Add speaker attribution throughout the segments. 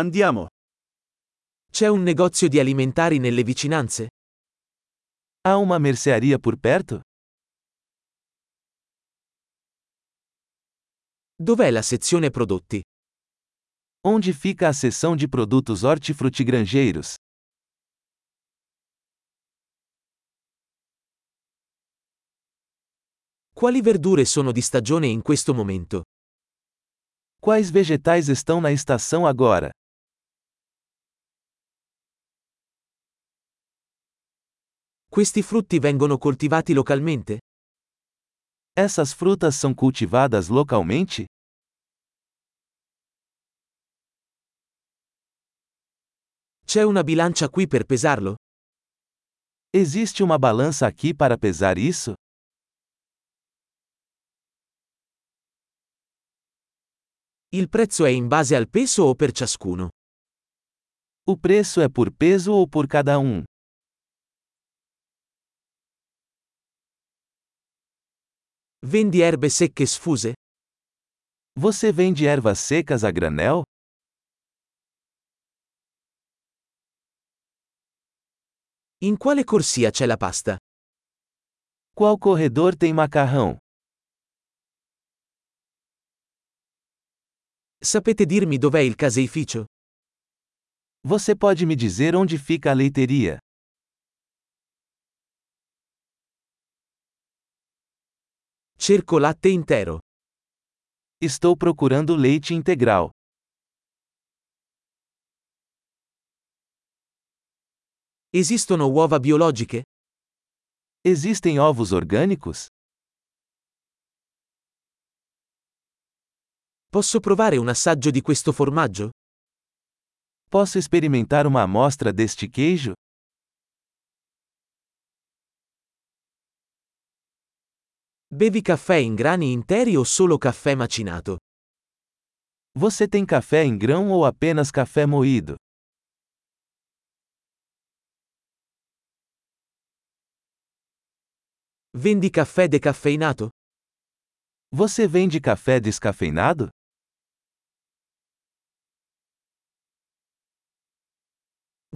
Speaker 1: Andiamo.
Speaker 2: C'è un negozio di alimentari nelle vicinanze?
Speaker 1: Há uma mercearia por perto?
Speaker 2: Dov'è la sezione prodotti?
Speaker 1: Onde fica a seção de produtos hortifrutigranjeiros?
Speaker 2: Quali verdure sono di stagione in questo momento?
Speaker 1: Quais vegetais estão na estação agora?
Speaker 2: Questi frutti vengono coltivati localmente?
Speaker 1: Essas frutas são cultivadas localmente?
Speaker 2: C'è una bilancia qui per pesarlo?
Speaker 1: Existe uma balança aqui para pesar isso?
Speaker 2: Il prezzo è in base al peso o per ciascuno?
Speaker 1: O preço é por peso ou por cada um?
Speaker 2: Vendi erbe secche sfuse?
Speaker 1: Você vende ervas secas a granel?
Speaker 2: In quale corsia c'è la pasta?
Speaker 1: Qual corredor tem macarrão?
Speaker 2: Sapete dirmi dov'è il caseificio?
Speaker 1: Você pode me dizer onde fica a leiteria?
Speaker 2: Cerco latte intero.
Speaker 1: Estou procurando leite integral.
Speaker 2: Esistono uova biologiche?
Speaker 1: Existem ovos orgânicos?
Speaker 2: Posso provare un assaggio di questo formaggio?
Speaker 1: Posso experimentar uma amostra deste queijo?
Speaker 2: Bevi caffè in grani interi o solo caffè macinato?
Speaker 1: Você tem café em grão ou apenas café moído?
Speaker 2: Vendi caffè decaffeinato?
Speaker 1: Você vende café descafeinado?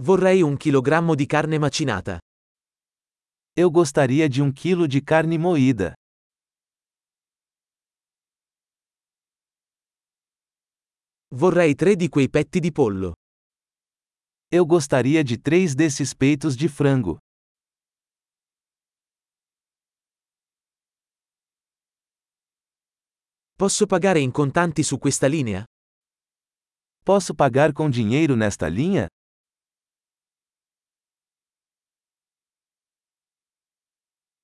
Speaker 2: Vorrei un chilogrammo di carne macinata.
Speaker 1: Eu gostaria de um quilo de carne moída.
Speaker 2: Vorrei tre di quei petti di pollo.
Speaker 1: Eu gostaria de três desses peitos de frango.
Speaker 2: Posso pagare in contanti su questa linea?
Speaker 1: Posso pagar com dinheiro nesta linha?